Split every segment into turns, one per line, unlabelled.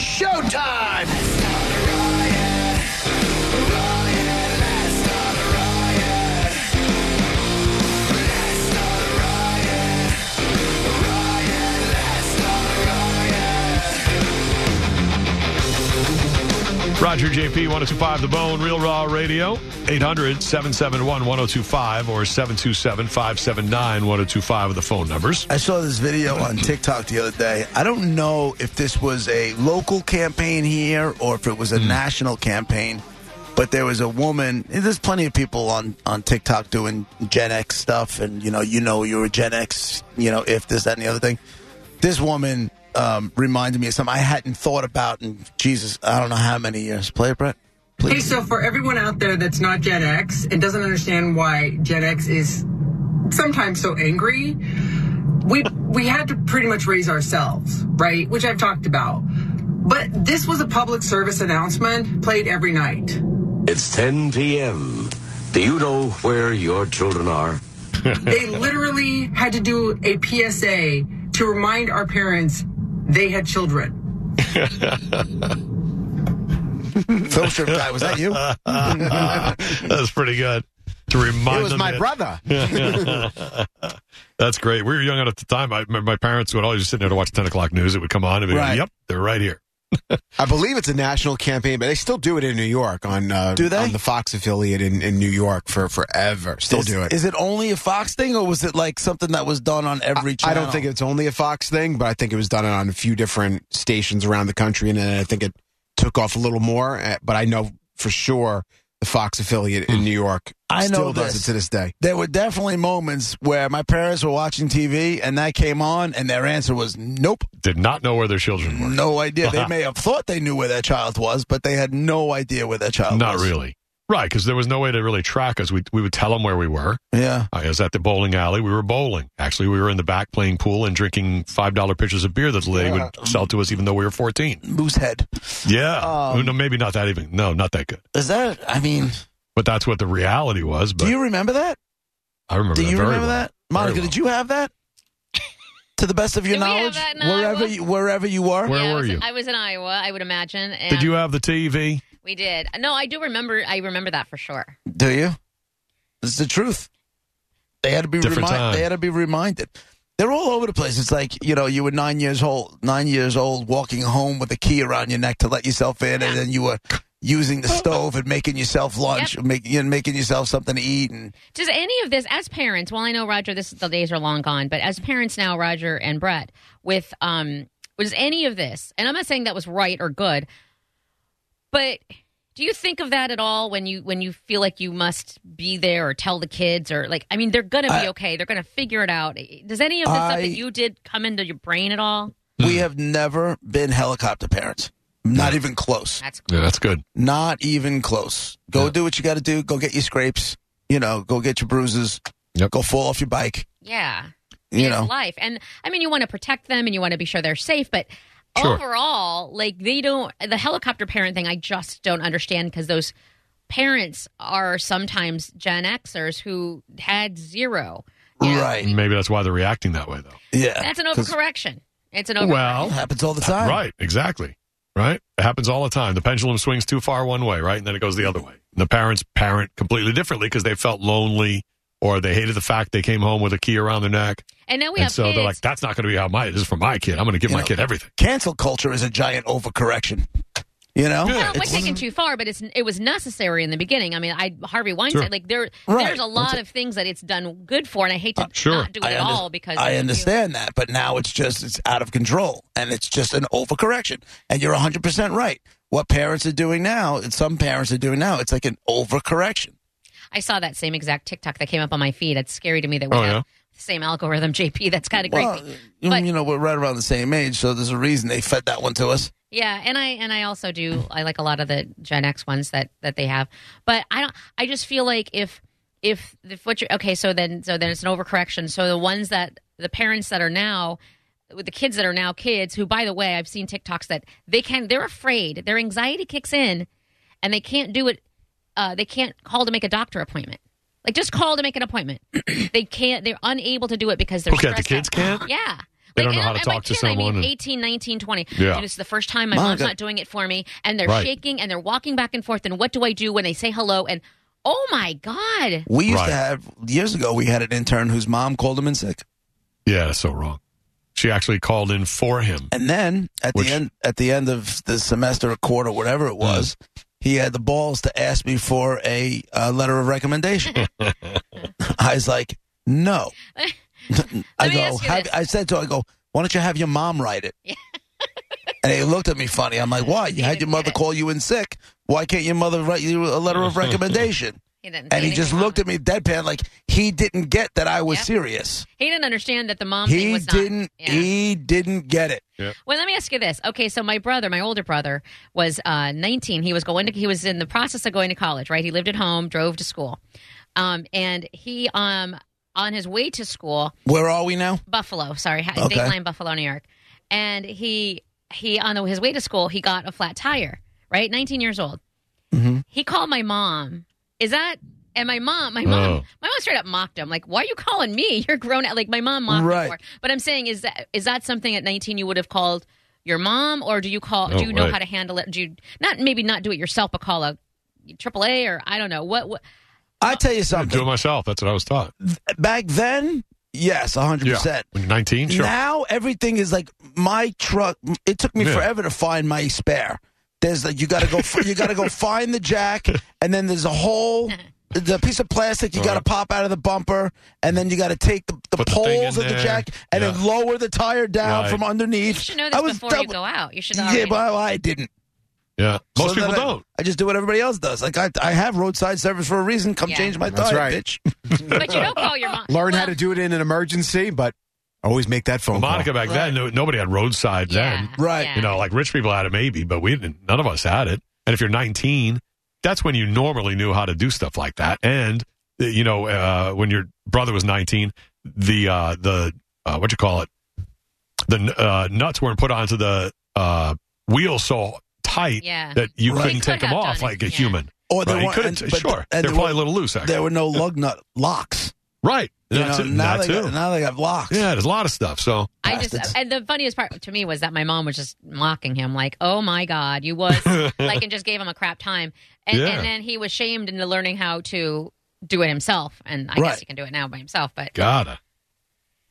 showtime!
Roger JP 1025 The Bone, Real Raw Radio, 800 771 1025 or 727 579 1025 are the phone numbers.
I saw this video on TikTok the other day. I don't know if this was a local campaign here or if it was
Hmm.
a national campaign, but there was a woman. and There's plenty of people on, on TikTok doing Gen X stuff, and you know, you know, you're a Gen X, you know, if this, that, and the other thing. This woman um, reminded me of something I hadn't thought about in Jesus, I don't know how many years. Play it, Brett.
Okay, so for everyone out there that's not Gen X and doesn't understand why Gen X is sometimes so angry, we we had to pretty much raise ourselves, right? Which I've talked about. But this was a public service announcement played every night.
It's 10 p.m. Do you know where your children are?
They literally had to do a PSA to remind our parents they had children.
Phil Strip guy, was that you? It
That's pretty good. To remind
was
them
my
that-
brother.
That's great. We were young enough at the time. I remember my parents would always just sit there to watch 10 o'clock news. It would come on and be like,
Right.
yep, they're right here.
I believe it's a national campaign, but they still do it in New York on uh,
Do they?
on the Fox affiliate in, in New York for forever. Still
is,
do it.
Is it only a Fox thing, or was it like something that was done on every
I
channel?
don't think it's only a Fox thing, but I think it was done on a few different stations around the country, and then I think it took off a little more. uh, But I know for sure the Fox affiliate in New York
Hmm. I know
still does
this.
it to this day.
there were definitely moments where my parents were watching TV and that came on, and their answer was nope,
Did not know where their children were.
no idea. they may have thought they knew where their child was, but they had no idea where their child
Not
was.
really. Right, because there was no way to really track us. We, we would tell them where we were.
Yeah.
I was at the bowling alley. We were bowling. Actually, we were in the back playing pool and drinking $5 pitchers of beer that they would sell to us even though we were 14.
Moose head.
Yeah.
Um,
no, maybe not that even. No, not that good.
Is that, I mean,
But that's what the reality was. But
do you remember that?
I remember
Do
that
you
very
remember
well.
that? Monica,
Very
did you have that? To the best of your
Did we have
knowledge?
that? No, I
wherever,
was-
you, wherever you were?
Where
Yeah, I
were
was-
you?
I was in Iowa, I would imagine. And
Did you have the TV?
We did. No, I do remember. I remember that for sure.
Do you? This is the truth. They had to be
Different
reminded.
time.
They had to be reminded. They're all over the place. It's like you know, you were nine years old, nine years old, walking home with a key around your neck to let yourself in, and then you were using the stove and making yourself lunch, and making and making yourself something to eat, and
Does any of this, as parents, well, I know Roger, this the days are long gone, but as parents now, Roger and Brett, with um, was any of this, and I'm not saying that was right or good, but do you think of that at all when you when you feel like you must be there or tell the kids or like, I mean, they're gonna be
I-
okay, they're gonna figure it out. Does any of the stuff
I-
that you did come into your brain at all?
we
Hmm.
have never been helicopter parents. Not even close.
That's
Yeah, that's good.
Not even close. Go do what you got to do. Go get your scrapes. You know, go get your bruises.
Yep.
Go fall off your bike.
yeah.
You
is
know,
life and i mean you want to protect them and you want to be sure they're safe but
Sure.
overall like they don't the helicopter parent thing i just don't understand because those parents are sometimes gen xers who had zero you know?
right?
Maybe that's why they're reacting that way, though.
Yeah,
that's an
'Cause
overcorrection it's an overcorrection
Well,
happens all the time.
right, exactly. Right? It happens all the time. The pendulum swings too far one way, right? And then it goes the other way. The parents parent completely differently because they felt lonely or they hated the fact they came home with a key around their neck.
and now we
And
have
so
kids
they're like, that's not going to be how my, this is for my kid. I'm going to give
You
my
know,
kid everything.
cancel culture is a giant overcorrection. You know?
Yeah.
well, it was
it's-
taken too far, but it's it was necessary in the beginning. I mean, I Harvey Weinstein,
Sure.
like there,
Right.
there's a lot of things that it's done good for, and I hate to
sure.
not do it
I
at
under-
all because
I
you-
understand that, but now it's just it's out of control and it's just an overcorrection. And you're 100% right. What parents are doing now, and some parents are doing now, it's like an overcorrection.
I saw that same exact TikTok that came up on my feed. It's scary to me that we
Oh,
have
yeah?
the same algorithm, JP. That's kind of
Well,
creepy.
you-
But-
you know, we're right around the same age, so there's a reason they fed that one to us.
Yeah, and I and I also do I like a lot of the Gen X ones that that they have. But I don't. I just feel like if if if what you're okay, so then so then it's an overcorrection. So the ones that the parents that are now with the kids that are now kids who by the way i've seen tiktoks that they can they're afraid their anxiety kicks in and they can't do it uh, they can't call to make a doctor appointment like just call to make an appointment they can't they're unable to do it because they're
Okay, the
stressed
kids
out.
can't?
yeah
They don't
and
know how
I'm-
to
and
talk
my
to
kid, I
someone
mean,
and-
18, 19, 20.
Yeah.
And it's the first time my
Mom,
mom's
that-
not doing it for me. And they're
Right.
shaking and they're walking back and forth. And what do I do when they say hello? And oh my God.
We used
Right.
to have years ago. We had an intern whose mom called him in sick,
Yeah, that's so wrong. She actually called in for him.
and then at
Which-
the end, at the end of the semester, or quarter, whatever it was, he had the balls to ask me for a uh, letter of recommendation. I was like, no. I
me
go.
ask you
Have,
this.
I said to her, I go. Why don't you have your mom write it? and he looked at me funny. I'm like, why? You had your mother call you in sick. Why can't your mother write you a letter of recommendation?
He didn't
and he just looked at me deadpan like he didn't get that I was
Yeah.
serious.
He didn't understand that the mom thing
He
was not.
didn't.
Yeah.
e-
He didn't get it.
Well, let me ask you this. Okay, so my brother, my older brother, was uh, 19. He was going to, he was in the process of going to college, right? He lived at home, drove to school, um, and he um, on his way to school,
Where are we now?
Buffalo, sorry, ha-
Okay.
Dateline Buffalo, New York, and he he on his way to school, he got a flat tire. Right, 19 years old. He called my mom. Is that? And my mom, my mom,
Oh.
my mom straight up mocked him. Like, why are you calling me? You're grown out. Like, my mom mocked him
Right.
for it. But I'm saying, is that is that something at 19 you would have called your mom, or do you call?
Oh,
do you know
right.
how to handle it? Do you not maybe not do it yourself, but call a AAA or I don't know what? what
I tell
I
you
do it
something.
myself. That's what I was taught.
Back then, yes, 100.
Yeah.
percent
When you're 19, sure.
Now everything is like my truck. It took me
Yeah.
forever to find my spare. There's like you got to go. f- you got to go find the jack, and then there's a hole. The piece of plastic you got to pop out of the bumper, and then you got to take the, the
Put the thing
poles
in
of the
there.
jack and
Yeah.
then lower the tire down
Right.
from underneath.
you should know this before you
double-
go out. You should.
Yeah,
already-
well, I didn't.
yeah. Most
So
people
then I-
don't.
I just do what everybody else does. Like I, I have roadside service for a reason. Come
Yeah.
change my
That's
tire,
right.
bitch.
but you don't call your mom.
Learn how
Well,
to do it in an emergency, but always make that phone
Monica
call.
back then, no, nobody had roadside
yeah,
then.
Right.
yeah.
You know, like rich people had it maybe, but we didn't. None of us had it. And if you're 19, that's when you normally knew how to do stuff like that. And uh, you know, uh, when your brother was 19, the uh, the uh, what you call it, the uh, nuts weren't put onto the uh, wheel so tight
Yeah.
that you
Right.
couldn't
He could
take them
have
off
done it,
like a
yeah.
human.
Or
Right?
there
He
weren't-
couldn't-
and- but-
sure,
and
they're
there
probably
were-
a little loose. Actually,
There were no lug nut locks.
right?
You
That's
know,
it.
now
That
they
too.
got, now they got locks.
yeah, there's a lot of stuff. So
I just
Bastards.
and the funniest part to me was that my mom was just mocking him, like, "Oh my God, you was like," and just gave him a crap time, and,
Yeah.
and then he was shamed into learning how to do it himself, and I
Right.
guess he can do it now by himself. But
Gotta.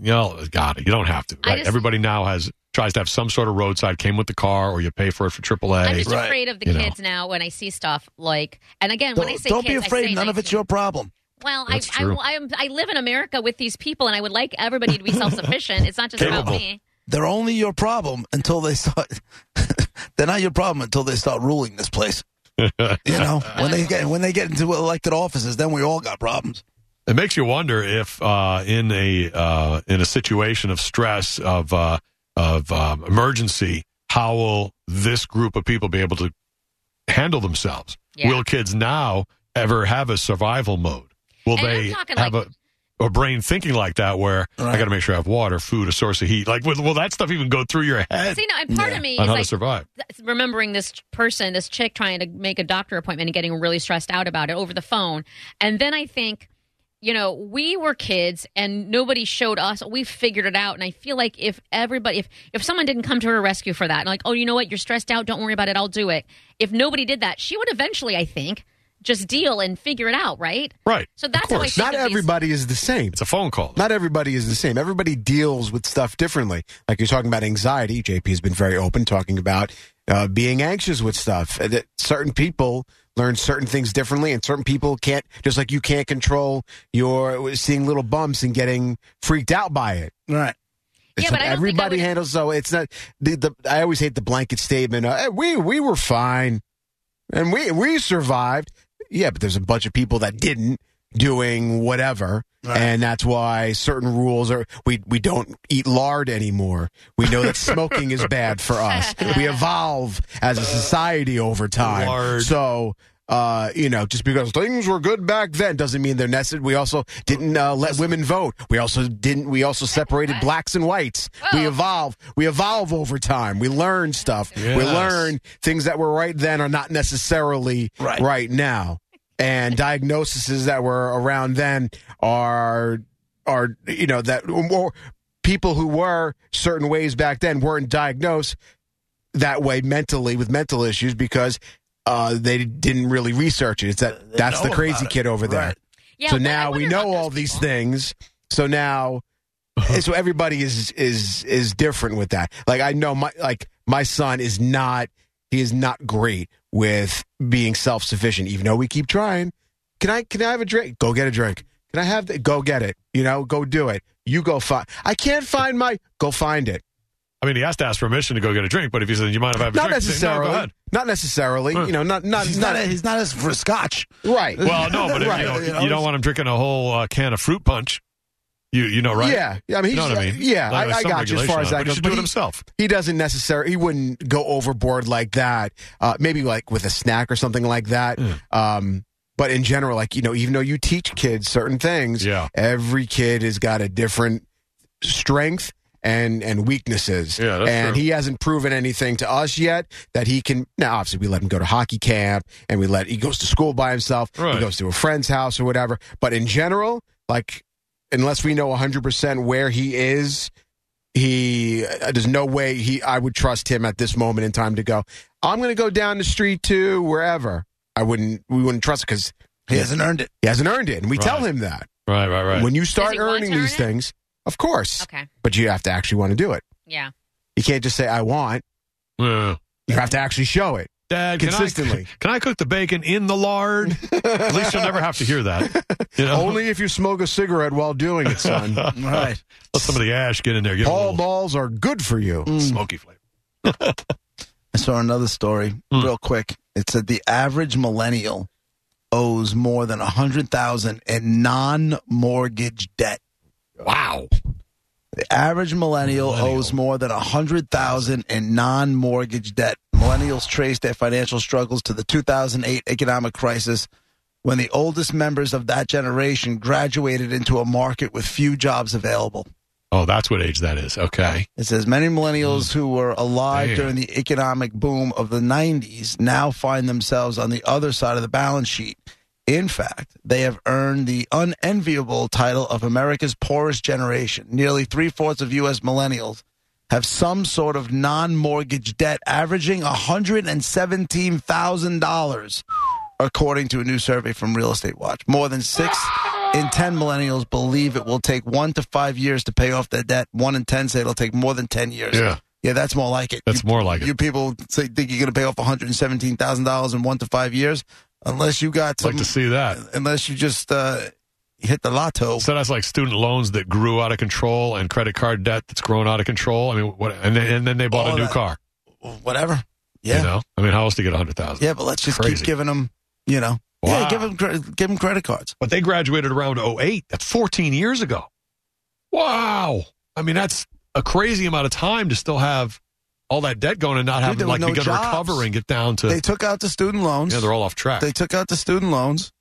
You know, gotta. You don't have to.
I
Right?
just-
Everybody now has tries to have some sort of roadside. Came with the car, or you pay for it for
I'm
AAA.
just
Right.
afraid of the
You know.
kids now when I see stuff like, and again,
Don't,
when I say
don't be
kids, I
afraid.
say
None of it's
19.
your problem.
Well, I,
That's
I,
true.
I, am- I live in America with these people, and I would like everybody to be self sufficient. It's not just about
Capable.
me.
They're only your problem until they start. they're not your problem until they start ruling this place. you know, when they get when they get into elected offices, then we all got problems.
It makes you wonder if uh, in a uh, in a situation of stress of uh, of um, emergency, how will this group of people be able to handle themselves?
Yeah.
Will kids now ever have a survival mode? Will
And I'm
they
talking
have
like-
a a brain thinking like that, where I
Right.
got to make sure I have water, food, a source of heat. Like, will, will that stuff even go through your head
See, no, and part of me is
on how
like,
to survive?
th- remembering this person, this chick trying to make a doctor appointment and getting really stressed out about it over the phone. And then I think, you know, we were kids and nobody showed us. We figured it out. And I feel like if everybody, if if someone didn't come to her rescue for that, and like, oh, you know what, you're stressed out, don't worry about it, I'll do it. If nobody did that, she would eventually, I think, just deal and figure it out, right?
Right.
So
Of
that's how I
course.
think
Not
of these-
everybody is the same.
It's a phone call.
Not everybody is the same. Everybody deals with stuff differently. Like you're talking about anxiety. JP has been very open talking about uh, being anxious with stuff. Uh, That certain people learn certain things differently, and certain people can't. Just like you can't control your seeing little bumps and getting freaked out by it.
Right.
It's like
Yeah, but I don't think I
everybody
would-
handles so. It's not the, the. I always hate the blanket statement. Uh, "Eh, we we were fine, and we we survived. Yeah, but there's a bunch of people that didn't doing whatever,
Right.
and that's why certain rules are. We we don't eat lard anymore. We know that smoking is bad for us. We evolve as a society over time.
Lard.
So. Uh, you know, just because things were good back then doesn't mean they're necessary. We also didn't uh, let women vote. We also didn't. We also separated blacks and whites. We
Whoa.
evolve. We evolve over time. We learn stuff. We
Yes.
learn things that were right then are not necessarily
Right.
now. And diagnoses that were around then are are you know that or people who were certain ways back then weren't diagnosed that way mentally with mental issues because uh, they didn't really research it. It's that that's
know
the
about
crazy
it,
kid over there.
right.
Yeah,
so
well, I
now we
wonder about
know
those
all these
people.
things. So now, so everybody is is is different with that. Like I know my like my son is not he is not great with being self sufficient. Even though we keep trying, can I can I have a drink? Go get a drink. Can I have the, go get it? You know, go do it. You go find. I can't find my. Go find it.
I mean, he has to ask permission to go get a drink, but if he says, you mind if I have a
Not
drink? He'd say,
necessarily.
No, go ahead.
Not necessarily. You know, not not
He's
not,
not. he's not as for scotch.
right.
Well, no, but if,
Right,
you, know,
you know,
you don't want him drinking a whole uh, can of fruit punch. You you know, right?
Yeah. Yeah, I mean,
You know
he's-
what I mean?
yeah,
Like,
I-
there's
I
some
got you as
regulation
far
on
as
it,
that
but he
goes,
should
but
do it
he-
himself.
he doesn't necessarily he wouldn't go overboard like that uh, maybe like with a snack or something like that um, but in general like you know even though you teach kids certain things
Yeah.
every kid has got a different strength and and weaknesses
Yeah, that's
and
true.
he hasn't proven anything to us yet that he can now obviously we let him go to hockey camp and we let he goes to school by himself
Right.
he goes to a friend's house or whatever but in general like unless we know 100% where he is he uh, there's no way he I would trust him at this moment in time to go. I'm going to go down the street to wherever. I wouldn't. We wouldn't trust because
He hasn't earned it.
he hasn't earned it, and we tell
Right.
him that
Right, right, right.
when you start
he want
earning
to earn
these
it?
things, of course.
Okay.
But you have to actually want to do it.
Yeah.
You can't just say I want.
Yeah.
You have to actually show it.
Dad, can I-
Consistently.
Can I, cook the bacon in the lard? At least you'll never have to hear that. You know?
Only if you smoke a cigarette while doing it, son.
Right.
Let some of the ash get in there. Give it a
Paul
little
balls are good for you.
smoky flavor.
I saw another story
Hmm.
real quick. It said the average millennial owes more than a hundred thousand in non-mortgage debt.
Wow.
The average millennial,
Millennial.
owes more than a hundred thousand in non-mortgage debt. Millennials trace their financial struggles to the 2008 economic crisis, when the oldest members of that generation graduated into a market with few jobs available.
Oh, that's what age that is. Okay.
It says many millennials who were alive
Hmm. Damn.
during the economic boom of the 90s now find themselves on the other side of the balance sheet. In fact, they have earned the unenviable title of America's poorest generation. Nearly three fourths of U.S. millennials have some sort of non mortgage debt averaging $117,000, according to a new survey from Real Estate Watch. More than six in 10 millennials believe it will take one to five years to pay off their debt. One in 10 say it'll take more than 10 years.
Yeah.
Yeah, that's more like it.
That's
You-
more like it.
You people say, think you're going to pay off $117,000 in one to five years unless you got
I'd
some,
like to see that.
unless you just uh, hit the lotto.
So that's like student loans that grew out of control and credit card debt that's grown out of control. I mean, what? And then, and then they bought
All
a new
that.
car.
Whatever. Yeah.
You know? I mean, how else do you get a hundred thousand?
Yeah, but let's just
Crazy.
keep giving them, you know.
Wow.
Yeah, give them, give them credit cards.
But they graduated around 08. That's 14 years ago. Wow. I mean, that's a crazy amount of time to still have all that debt going and not have
there
like
were no
begun to
jobs.
recover and get down to.
They took out the student loans.
yeah, they're all off track.
they took out the student loans.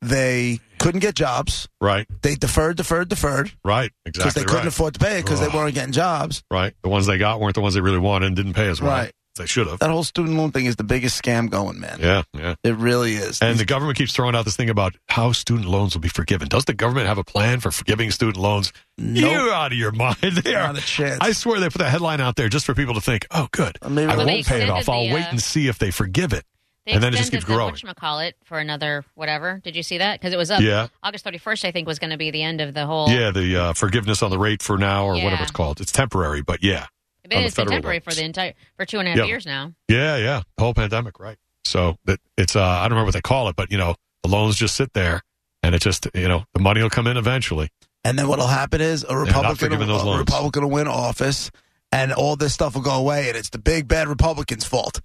They couldn't get jobs.
right,
They deferred, deferred, deferred
right,
because
exactly
they couldn't
right.
afford to pay it because they
Ugh.
weren't getting jobs.
right, the ones they got weren't the ones they really wanted and didn't pay as well.
Right. Uh,
as They should have.
That whole student loan thing is the biggest scam going, man.
Yeah, yeah.
It really is.
And the government keeps throwing out this thing about how student loans will be forgiven. Does the government have a plan for forgiving student loans?
Nope.
You're out of your mind. They are
not a chance.
I swear they put that headline out there just for people to think, oh, good.
Maybe
I
Well,
they
won't pay it off.
extended
I'll
the,
wait
uh,
and see if they forgive it.
They
And then it just
extended
keeps growing.
the whatchamacallit for another whatever. Did you see that? Because it was up.
Yeah.
August 31st, I think, was going to be the end of the whole.
Yeah, the uh, forgiveness on the rate for now or whatever
Yeah.
it's called. It's temporary, but yeah.
But
on the
it's been
federal
temporary
one.
for the entire for two and a half
Yeah.
years now.
Yeah, yeah. The whole pandemic, right. So that it's, uh, I don't remember what they call it, but, you know, the loans just sit there and it just, you know, the money will come in eventually.
And then what'll happen is a Republican,
forgiving
will,
those
a
loans.
Republican will win office, and all this stuff will go away, and it's the big bad Republicans' fault.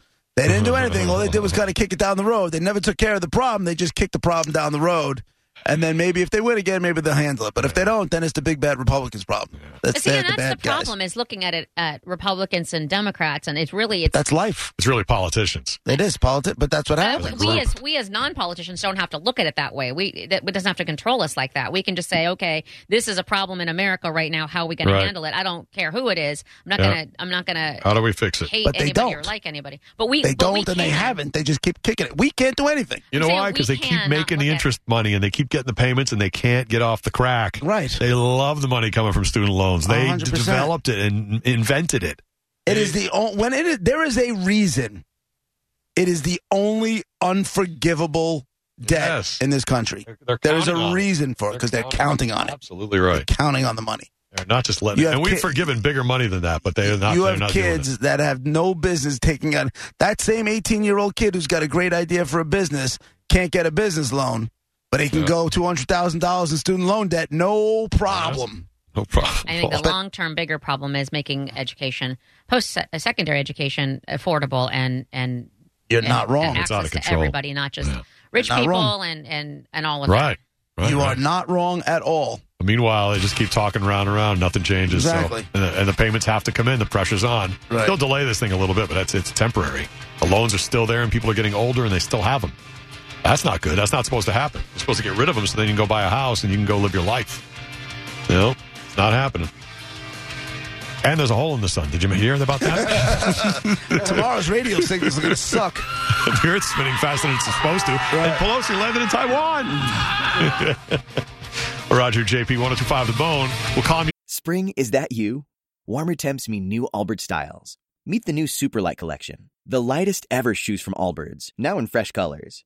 They didn't do anything. All they did was kind of kick it down the road. They never took care of the problem. They just kicked the problem down the road. And then maybe if they win again, maybe they'll handle it. But if they don't, then it's the big bad Republicans' problem. That's,
But See,
they're
and
the
that's
bad
the
guys.
problem is looking at it at Republicans and Democrats, and it's really it's
That's life.
It's really politicians.
It is politics, but that's what
Uh,
happens.
we as we as non politicians don't have to look at it that way. We that it doesn't have to control us like that. We can just say, okay, this is a problem in America right now. How are we going
Right.
to handle it? I don't care who it is. I'm not
Yeah. Uh,
gonna. I'm not gonna
How do we fix it?
hate
But they
anybody or
don't.
like anybody. But we
They
but we
don't, and they
can.
haven't. They just keep kicking it. We can't do anything.
You know
saying
why?
we
Because they keep
cannot
making the
look at-
interest money and they keep keep getting the payments and they can't get off the crack.
Right.
They love the money coming from student loans. They
100%.
developed it and invented it.
It is the on- when it is, there is a reason. It is the only unforgivable debt
Yes.
in this country.
They're- they're
There is
counting on
a
it.
reason for it because they're counting on it,
Absolutely right.
counting on the money.
They're not just letting.
You
It.
have
And we've
ki-
forgiven bigger money than that, but they're not.
you
they're
have
not doing it.
kids that have no business taking on that same 18 year old kid who's got a great idea for a business can't get a business loan, but he can
Yeah.
go $200,000 in student loan debt, no problem.
No problem.
I think the
But-
long term bigger problem is making education, post secondary education, affordable and and
You're
and-
not wrong.
and
It's out of
access to
control.
everybody, not just
Yeah.
rich
Not
people
wrong.
and and and all of that.
right. Right,
you
right.
are not wrong at all.
Meanwhile, they just keep talking round and round. Nothing changes. so-
Exactly.
and, the, and the payments have to come in. The pressure's on.
Right.
They'll delay this thing a little bit, but that's it's temporary. The loans are still there, and people are getting older, and they still have them. That's not good. That's not supposed to happen. You're supposed to get rid of them, so then you can go buy a house and you can go live your life. No, it's not happening. And there's a hole in the sun. Did you hear about that?
Tomorrow's radio signals are going to suck.
Here it's spinning faster than it's supposed to. And Pelosi landed in Taiwan. Roger JP 1025 The Bone. We'll calm you.
Spring, is that you? Warmer temps mean new Allbirds styles. Meet the new Superlight Collection, the lightest ever shoes from Allbirds, now in fresh colors.